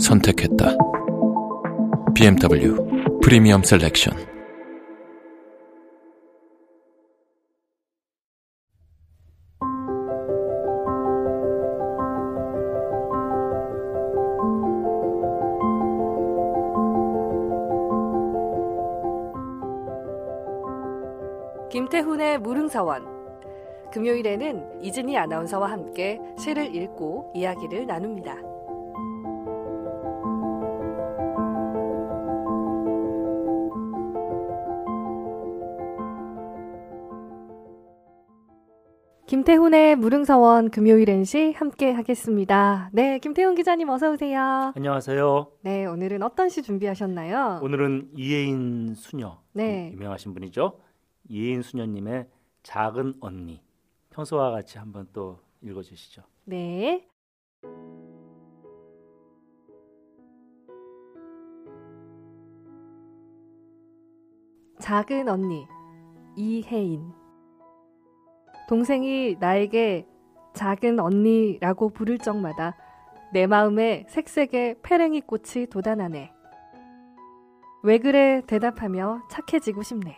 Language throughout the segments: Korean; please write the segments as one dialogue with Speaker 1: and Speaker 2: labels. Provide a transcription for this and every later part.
Speaker 1: 선택했다. BMW 프리미엄 셀렉션.
Speaker 2: 김태훈의 무릉서원 금요일에는 이진희 아나운서와 함께 시를 읽고 이야기를 나눕니다. 김태훈의 무릉서원 금요일엔 시 함께 하겠습니다. 네, 김태훈 기자님 어서 오세요.
Speaker 3: 안녕하세요.
Speaker 2: 네, 오늘은 어떤 시 준비하셨나요?
Speaker 3: 오늘은 이혜인 수녀
Speaker 2: 네.
Speaker 3: 유명하신 분이죠. 이혜인 수녀님의 작은 언니 평소와 같이 한번 또 읽어주시죠.
Speaker 2: 네. 작은 언니 이혜인 동생이 나에게 작은 언니라고 부를 적마다 내 마음에 색색의 페랭이 꽃이 돋아나네. 왜 그래 대답하며 착해지고 싶네.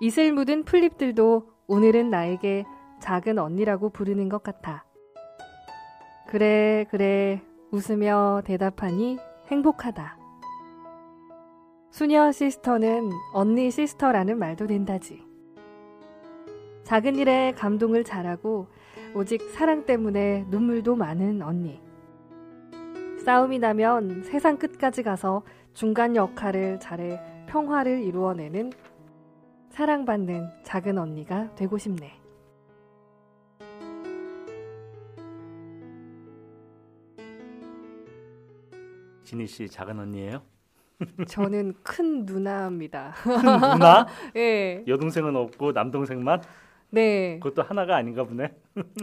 Speaker 2: 이슬 묻은 풀잎들도 오늘은 나에게 작은 언니라고 부르는 것 같아. 그래, 그래, 웃으며 대답하니 행복하다. 수녀 시스터는 언니 시스터라는 말도 된다지. 작은 일에 감동을 잘하고 오직 사랑 때문에 눈물도 많은 언니. 싸움이 나면 세상 끝까지 가서 중간 역할을 잘해 평화를 이루어내는 사랑받는 작은 언니가 되고 싶네.
Speaker 3: 진희 씨 작은 언니예요?
Speaker 2: 저는 큰 누나입니다.
Speaker 3: 큰 누나?
Speaker 2: 예.
Speaker 3: 여동생은 없고 남동생만?
Speaker 2: 네.
Speaker 3: 그것도 하나가 아닌가 보네.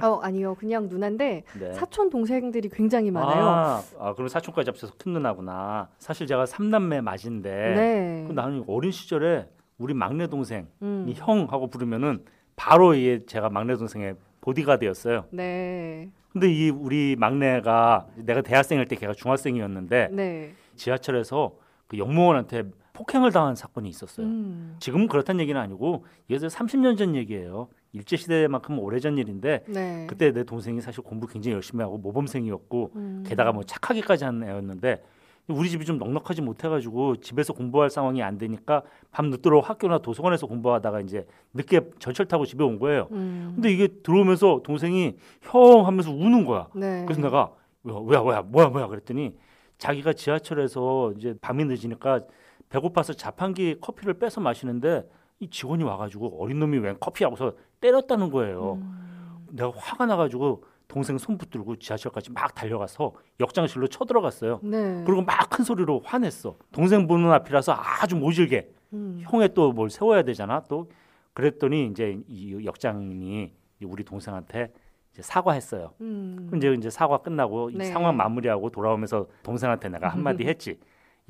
Speaker 2: 어, 아니요. 그냥 누나인데
Speaker 3: 네.
Speaker 2: 사촌 동생들이 굉장히 많아요.
Speaker 3: 아, 아, 그럼 사촌까지 합쳐서 큰 누나구나. 사실 제가 삼남매 맞인데
Speaker 2: 네.
Speaker 3: 그 나는 어린 시절에 우리 막내 동생
Speaker 2: 음.
Speaker 3: 이 형하고 부르면은 바로 이게 제가 막내 동생의 보디가드였어요.
Speaker 2: 네.
Speaker 3: 근데 이 우리 막내가 내가 대학생일 때 걔가 중학생이었는데
Speaker 2: 네.
Speaker 3: 지하철에서 그 영무원한테 폭행을 당한 사건이 있었어요.
Speaker 2: 음.
Speaker 3: 지금은 그렇다는 얘기는 아니고 이게 30년 전 얘기예요. 일제 시대만큼 오래전 일인데
Speaker 2: 네.
Speaker 3: 그때 내 동생이 사실 공부 굉장히 열심히 하고 모범생이었고
Speaker 2: 음.
Speaker 3: 게다가 뭐 착하기까지 하는 애였는데 우리 집이 좀 넉넉하지 못해가지고 집에서 공부할 상황이 안 되니까 밤 늦도록 학교나 도서관에서 공부하다가 이제 늦게 전철 타고 집에 온 거예요.
Speaker 2: 음.
Speaker 3: 근데 이게 들어오면서 동생이 형 하면서 우는 거야.
Speaker 2: 네.
Speaker 3: 그래서 내가 뭐야 뭐야 뭐야 뭐야 그랬더니 자기가 지하철에서 이제 밤이 늦으니까 배고파서 자판기 커피를 빼서 마시는데 이 직원이 와가지고 어린 놈이 웬 커피하고서 때렸다는 거예요.
Speaker 2: 음.
Speaker 3: 내가 화가 나가지고 동생 손 붙들고 지하철까지 막 달려가서 역장실로 쳐들어갔어요.
Speaker 2: 네.
Speaker 3: 그리고 막 큰 소리로 화냈어. 동생 보는 앞이라서 아주 모질게
Speaker 2: 음.
Speaker 3: 형에 또 뭘 세워야 되잖아 또 그랬더니 이제 이 역장님이 이 우리 동생한테 이제 사과했어요.
Speaker 2: 음.
Speaker 3: 그럼 이제 이제 사과 끝나고 이
Speaker 2: 네.
Speaker 3: 상황 마무리하고 돌아오면서 동생한테 내가 한마디 했지.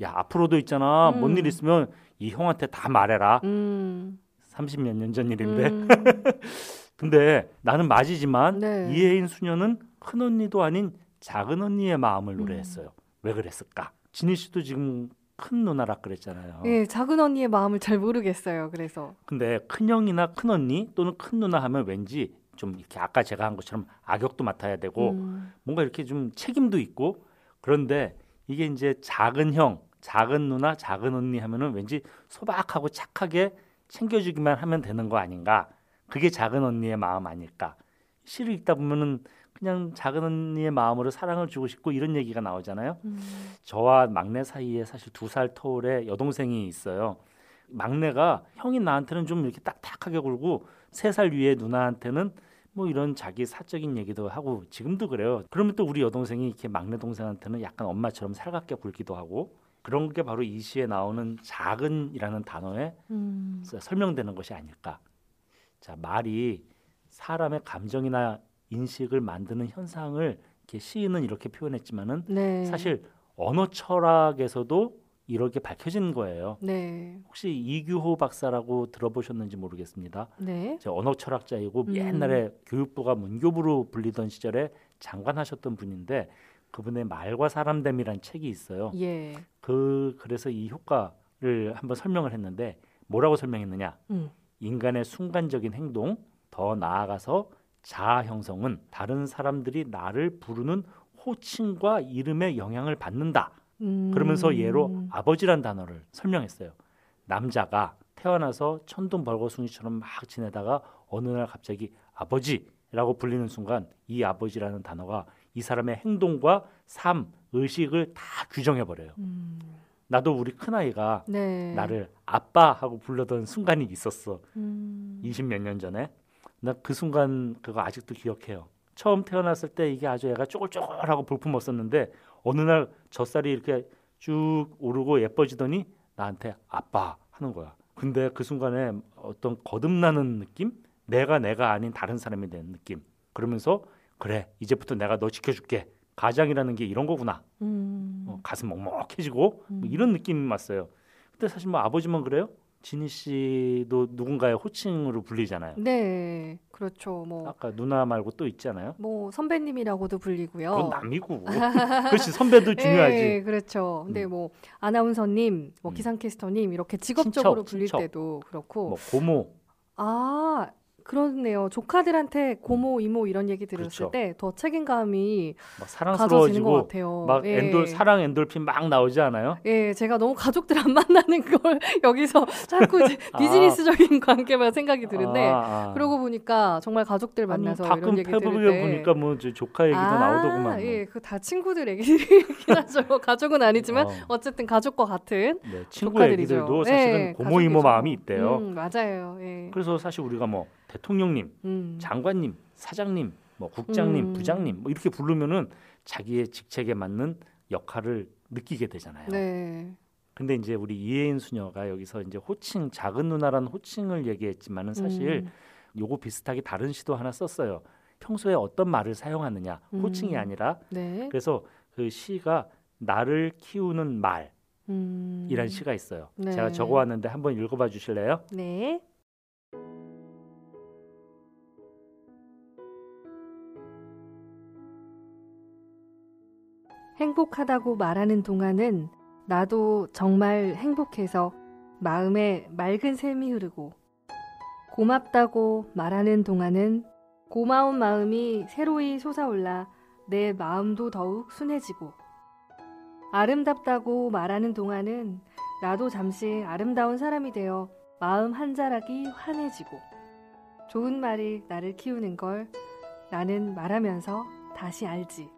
Speaker 3: 야 앞으로도 있잖아 뭔 일
Speaker 2: 음.
Speaker 3: 있으면 이 형한테 다 말해라.
Speaker 2: 음.
Speaker 3: 30몇 년 전 일인데.
Speaker 2: 음.
Speaker 3: 근데 나는 맞이지만
Speaker 2: 네.
Speaker 3: 이혜인 수녀는 큰 언니도 아닌 작은 언니의 마음을 노래했어요. 왜 그랬을까? 진희 씨도 지금 큰 누나라 그랬잖아요.
Speaker 2: 예, 작은 언니의 마음을 잘 모르겠어요. 그래서.
Speaker 3: 근데 큰 형이나 큰 언니 또는 큰 누나 하면 왠지 좀 이렇게 아까 제가 한 것처럼 악역도 맡아야 되고
Speaker 2: 음.
Speaker 3: 뭔가 이렇게 좀 책임도 있고 그런데 이게 이제 작은 형, 작은 누나, 작은 언니 하면은 왠지 소박하고 착하게 챙겨주기만 하면 되는 거 아닌가? 그게 작은 언니의 마음 아닐까? 시를 읽다 보면은 그냥 작은 언니의 마음으로 사랑을 주고 싶고 이런 얘기가 나오잖아요.
Speaker 2: 음.
Speaker 3: 저와 막내 사이에 사실 두 살 터울의 여동생이 있어요. 막내가 형이 나한테는 좀 이렇게 딱딱하게 굴고 세 살 위에 누나한테는 뭐 이런 자기 사적인 얘기도 하고 지금도 그래요. 그러면 또 우리 여동생이 이렇게 막내 동생한테는 약간 엄마처럼 살갑게 굴기도 하고 그런 게 바로 이 시에 나오는 작은이라는 단어에
Speaker 2: 음.
Speaker 3: 설명되는 것이 아닐까. 자, 말이 사람의 감정이나 인식을 만드는 현상을 이렇게 시인은 이렇게 표현했지만은
Speaker 2: 네.
Speaker 3: 사실 언어 철학에서도 이렇게 밝혀진 거예요.
Speaker 2: 네.
Speaker 3: 혹시 이규호 박사라고 들어보셨는지 모르겠습니다.
Speaker 2: 네.
Speaker 3: 제 언어 철학자이고
Speaker 2: 음.
Speaker 3: 옛날에 교육부가 문교부로 불리던 시절에 장관하셨던 분인데 그분의 말과 사람됨이란 책이 있어요.
Speaker 2: 예.
Speaker 3: 그 그래서 이 효과를 한번 설명을 했는데 뭐라고 설명했느냐?
Speaker 2: 음.
Speaker 3: 인간의 순간적인 행동, 더 나아가서 자아 형성은 다른 사람들이 나를 부르는 호칭과 이름의 영향을 받는다.
Speaker 2: 음.
Speaker 3: 그러면서 예로 아버지란 단어를 설명했어요. 남자가 태어나서 천둥벌거숭이처럼 막 지내다가 어느 날 갑자기 아버지라고 불리는 순간 이 아버지라는 단어가 이 사람의 행동과 삶, 의식을 다 규정해 버려요.
Speaker 2: 음.
Speaker 3: 나도 우리 큰 아이가
Speaker 2: 네.
Speaker 3: 나를 아빠 하고 불러던 순간이 있었어.
Speaker 2: 음.
Speaker 3: 20 몇 년 전에 나 그 순간 그거 아직도 기억해요. 처음 태어났을 때 이게 아주 애가 쪼글쪼글하고 볼품없었는데 어느 날 젖살이 이렇게 쭉 오르고 예뻐지더니 나한테 아빠 하는 거야. 근데 그 순간에 어떤 거듭나는 느낌? 내가 내가 아닌 다른 사람이 되는 느낌. 그러면서 그래 이제부터 내가 너 지켜줄게. 가장이라는 게 이런 거구나.
Speaker 2: 음.
Speaker 3: 어, 가슴 먹먹해지고
Speaker 2: 음.
Speaker 3: 뭐 이런 느낌이 왔어요. 근데 사실 뭐 아버지만 그래요? 진희 씨도 누군가의 호칭으로 불리잖아요.
Speaker 2: 네. 그렇죠. 뭐
Speaker 3: 아까 누나 말고 또 있잖아요.
Speaker 2: 뭐 선배님이라고도 불리고요.
Speaker 3: 그건 남이고. 그렇지 선배도 중요하지.
Speaker 2: 어. 예, 그렇죠. 근데
Speaker 3: 음.
Speaker 2: 뭐 아나운서님, 뭐
Speaker 3: 음.
Speaker 2: 기상캐스터님 이렇게 직업적으로
Speaker 3: 친척,
Speaker 2: 불릴
Speaker 3: 친척.
Speaker 2: 때도 그렇고
Speaker 3: 뭐 고모.
Speaker 2: 아 그렇네요. 조카들한테 고모, 이모 이런 얘기 들었을
Speaker 3: 음. 그렇죠.
Speaker 2: 때 더 책임감이
Speaker 3: 막
Speaker 2: 가져지는 것
Speaker 3: 사랑스러워지고
Speaker 2: 같아요.
Speaker 3: 막
Speaker 2: 예.
Speaker 3: 엔돌 사랑 엔돌핀 막 나오지 않아요?
Speaker 2: 예, 제가 너무 가족들 안 만나는 걸 여기서 자꾸 이제 비즈니스적인 관계만 생각이 드는데
Speaker 3: 아, 아.
Speaker 2: 그러고 보니까 정말 가족들
Speaker 3: 아니,
Speaker 2: 만나서
Speaker 3: 가끔
Speaker 2: 이런 얘기 들을
Speaker 3: 페북에
Speaker 2: 때
Speaker 3: 보니까 뭐 저 조카 얘기도
Speaker 2: 아,
Speaker 3: 나오더구만.
Speaker 2: 예, 그 다 친구들 얘기긴 하죠. 가족은 아니지만
Speaker 3: 어.
Speaker 2: 어쨌든 가족과 같은
Speaker 3: 네, 친구
Speaker 2: 조카들이죠.
Speaker 3: 얘기들도
Speaker 2: 네,
Speaker 3: 사실은 고모 이모
Speaker 2: 가족이죠.
Speaker 3: 마음이 있대요.
Speaker 2: 음, 맞아요. 예.
Speaker 3: 그래서 사실 우리가 뭐 대통령님
Speaker 2: 음.
Speaker 3: 장관님, 사장님, 뭐 국장님,
Speaker 2: 음.
Speaker 3: 부장님 뭐 이렇게 부르면은 자기의 직책에 맞는 역할을 느끼게 되잖아요.
Speaker 2: 네.
Speaker 3: 근데 이제 우리 이혜인 수녀가 여기서 이제 호칭 작은 누나라는 호칭을 얘기했지만은 사실
Speaker 2: 음.
Speaker 3: 요거 비슷하게 다른 시도 하나 썼어요. 평소에 어떤 말을 사용하느냐
Speaker 2: 음.
Speaker 3: 호칭이 아니라
Speaker 2: 네.
Speaker 3: 그래서 그 시가 나를 키우는 말이란
Speaker 2: 음.
Speaker 3: 시가 있어요.
Speaker 2: 네.
Speaker 3: 제가 적어왔는데 한번 읽어봐 주실래요?
Speaker 2: 네. 행복하다고 말하는 동안은 나도 정말 행복해서 마음에 맑은 샘이 흐르고 고맙다고 말하는 동안은 고마운 마음이 새로이 솟아올라 내 마음도 더욱 순해지고 아름답다고 말하는 동안은 나도 잠시 아름다운 사람이 되어 마음 한 자락이 환해지고 좋은 말이 나를 키우는 걸 나는 말하면서 다시 알지.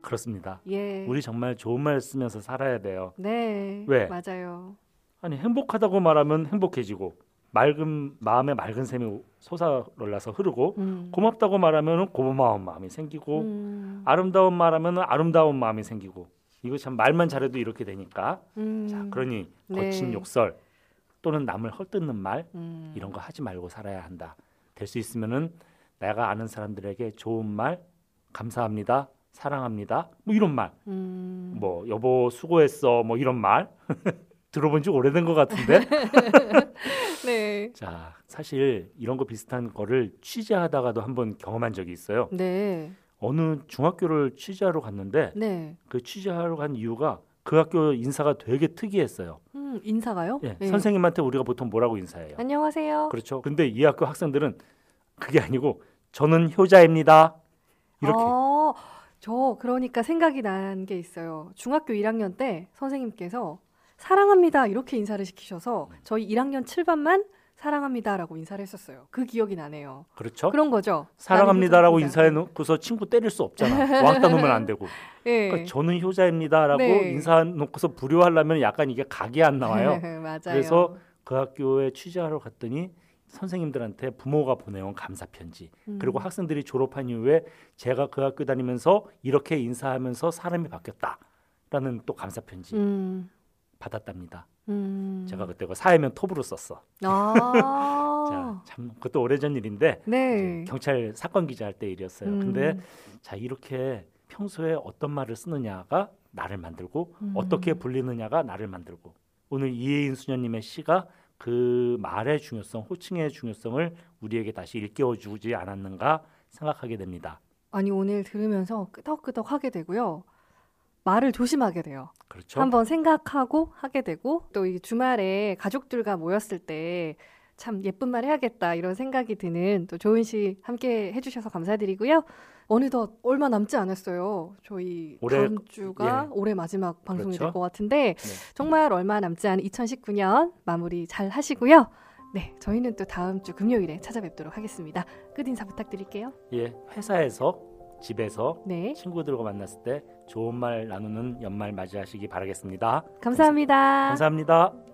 Speaker 3: 그렇습니다.
Speaker 2: 예.
Speaker 3: 우리 정말 좋은 말 쓰면서 살아야 돼요.
Speaker 2: 네.
Speaker 3: 왜?
Speaker 2: 맞아요.
Speaker 3: 아니 행복하다고 말하면 행복해지고 맑은 마음에 맑은 샘이 솟아올라서 흐르고
Speaker 2: 음.
Speaker 3: 고맙다고 말하면 고마운 마음이 생기고
Speaker 2: 음.
Speaker 3: 아름다운 말하면 아름다운 마음이 생기고 이거 참 말만 잘해도 이렇게 되니까
Speaker 2: 음.
Speaker 3: 자 그러니 거친
Speaker 2: 네.
Speaker 3: 욕설 또는 남을 헐뜯는 말
Speaker 2: 음.
Speaker 3: 이런 거 하지 말고 살아야 한다 될 수 있으면은 내가 아는 사람들에게 좋은 말 감사합니다 사랑합니다 뭐 이런 말
Speaker 2: 음.
Speaker 3: 뭐 여보 수고했어 뭐 이런 말 들어본 지 오래된 것 같은데
Speaker 2: 네.
Speaker 3: 자, 사실 이런 거 비슷한 거를 취재하다가도 한번 경험한 적이 있어요.
Speaker 2: 네.
Speaker 3: 어느 중학교를 취재하러 갔는데
Speaker 2: 네.
Speaker 3: 그 취재하러 간 이유가 그 학교 인사가 되게 특이했어요.
Speaker 2: 음, 인사가요?
Speaker 3: 예,
Speaker 2: 네.
Speaker 3: 선생님한테 우리가 보통 뭐라고 인사해요?
Speaker 2: 안녕하세요.
Speaker 3: 그렇죠. 근데 이 학교 학생들은 그게 아니고 저는 효자입니다. 이렇게.
Speaker 2: 어, 저 그러니까 생각이 난 게 있어요. 중학교 1학년 때 선생님께서 사랑합니다 이렇게 인사를 시키셔서 저희 1학년 7반만 사랑합니다라고 인사를 했었어요. 그 기억이 나네요.
Speaker 3: 그렇죠?
Speaker 2: 그런 거죠.
Speaker 3: 사랑합니다라고
Speaker 2: 나는
Speaker 3: 인사해
Speaker 2: 효자입니다.
Speaker 3: 놓고서 친구 때릴 수 없잖아. 왕따 놓으면 안 되고.
Speaker 2: 예.
Speaker 3: 그러니까 저는 효자입니다라고
Speaker 2: 네.
Speaker 3: 인사해 놓고서 불효하려면 약간 이게 각이 안 나와요.
Speaker 2: 맞아요.
Speaker 3: 그래서 그 학교에 취재하러 갔더니 선생님들한테 부모가 보내온 감사 편지
Speaker 2: 음.
Speaker 3: 그리고 학생들이 졸업한 이후에 제가 그 학교 다니면서 이렇게 인사하면서 사람이 바뀌었다라는 또 감사 편지
Speaker 2: 음.
Speaker 3: 받았답니다.
Speaker 2: 음.
Speaker 3: 제가 그때 그 사회면 톱으로 썼어.
Speaker 2: 아.
Speaker 3: 자, 참 그것도 오래전 일인데
Speaker 2: 네.
Speaker 3: 이제 경찰 사건 기자 할 때 일이었어요.
Speaker 2: 음.
Speaker 3: 근데 자 이렇게 평소에 어떤 말을 쓰느냐가 나를 만들고
Speaker 2: 음.
Speaker 3: 어떻게 불리느냐가 나를 만들고 오늘 이혜인 수녀님의 시가 그 말의 중요성, 호칭의 중요성을 우리에게 다시 일깨워 주지 않았는가 생각하게 됩니다.
Speaker 2: 아니 오늘 들으면서 끄덕끄덕 하게 되고요. 말을 조심하게 돼요.
Speaker 3: 그렇죠?
Speaker 2: 한번 생각하고 하게 되고 또 이 주말에 가족들과 모였을 때 참 예쁜 말 해야겠다 이런 생각이 드는 또 조은 씨 함께 해주셔서 감사드리고요. 어느덧 얼마 남지 않았어요. 저희
Speaker 3: 올해-
Speaker 2: 다음 주가
Speaker 3: 예.
Speaker 2: 올해 마지막 방송이
Speaker 3: 그렇죠.
Speaker 2: 될 것 같은데
Speaker 3: 네.
Speaker 2: 정말 얼마 남지 않은 2019년 마무리 잘 하시고요. 네, 저희는 또 다음 주 금요일에 찾아뵙도록 하겠습니다. 끝 인사 부탁드릴게요.
Speaker 3: 예, 회사에서 집에서
Speaker 2: 네,
Speaker 3: 친구들과 만났을 때 좋은 말 나누는 연말 맞이하시기 바라겠습니다.
Speaker 2: 아. 감사합니다.
Speaker 3: 감사합니다.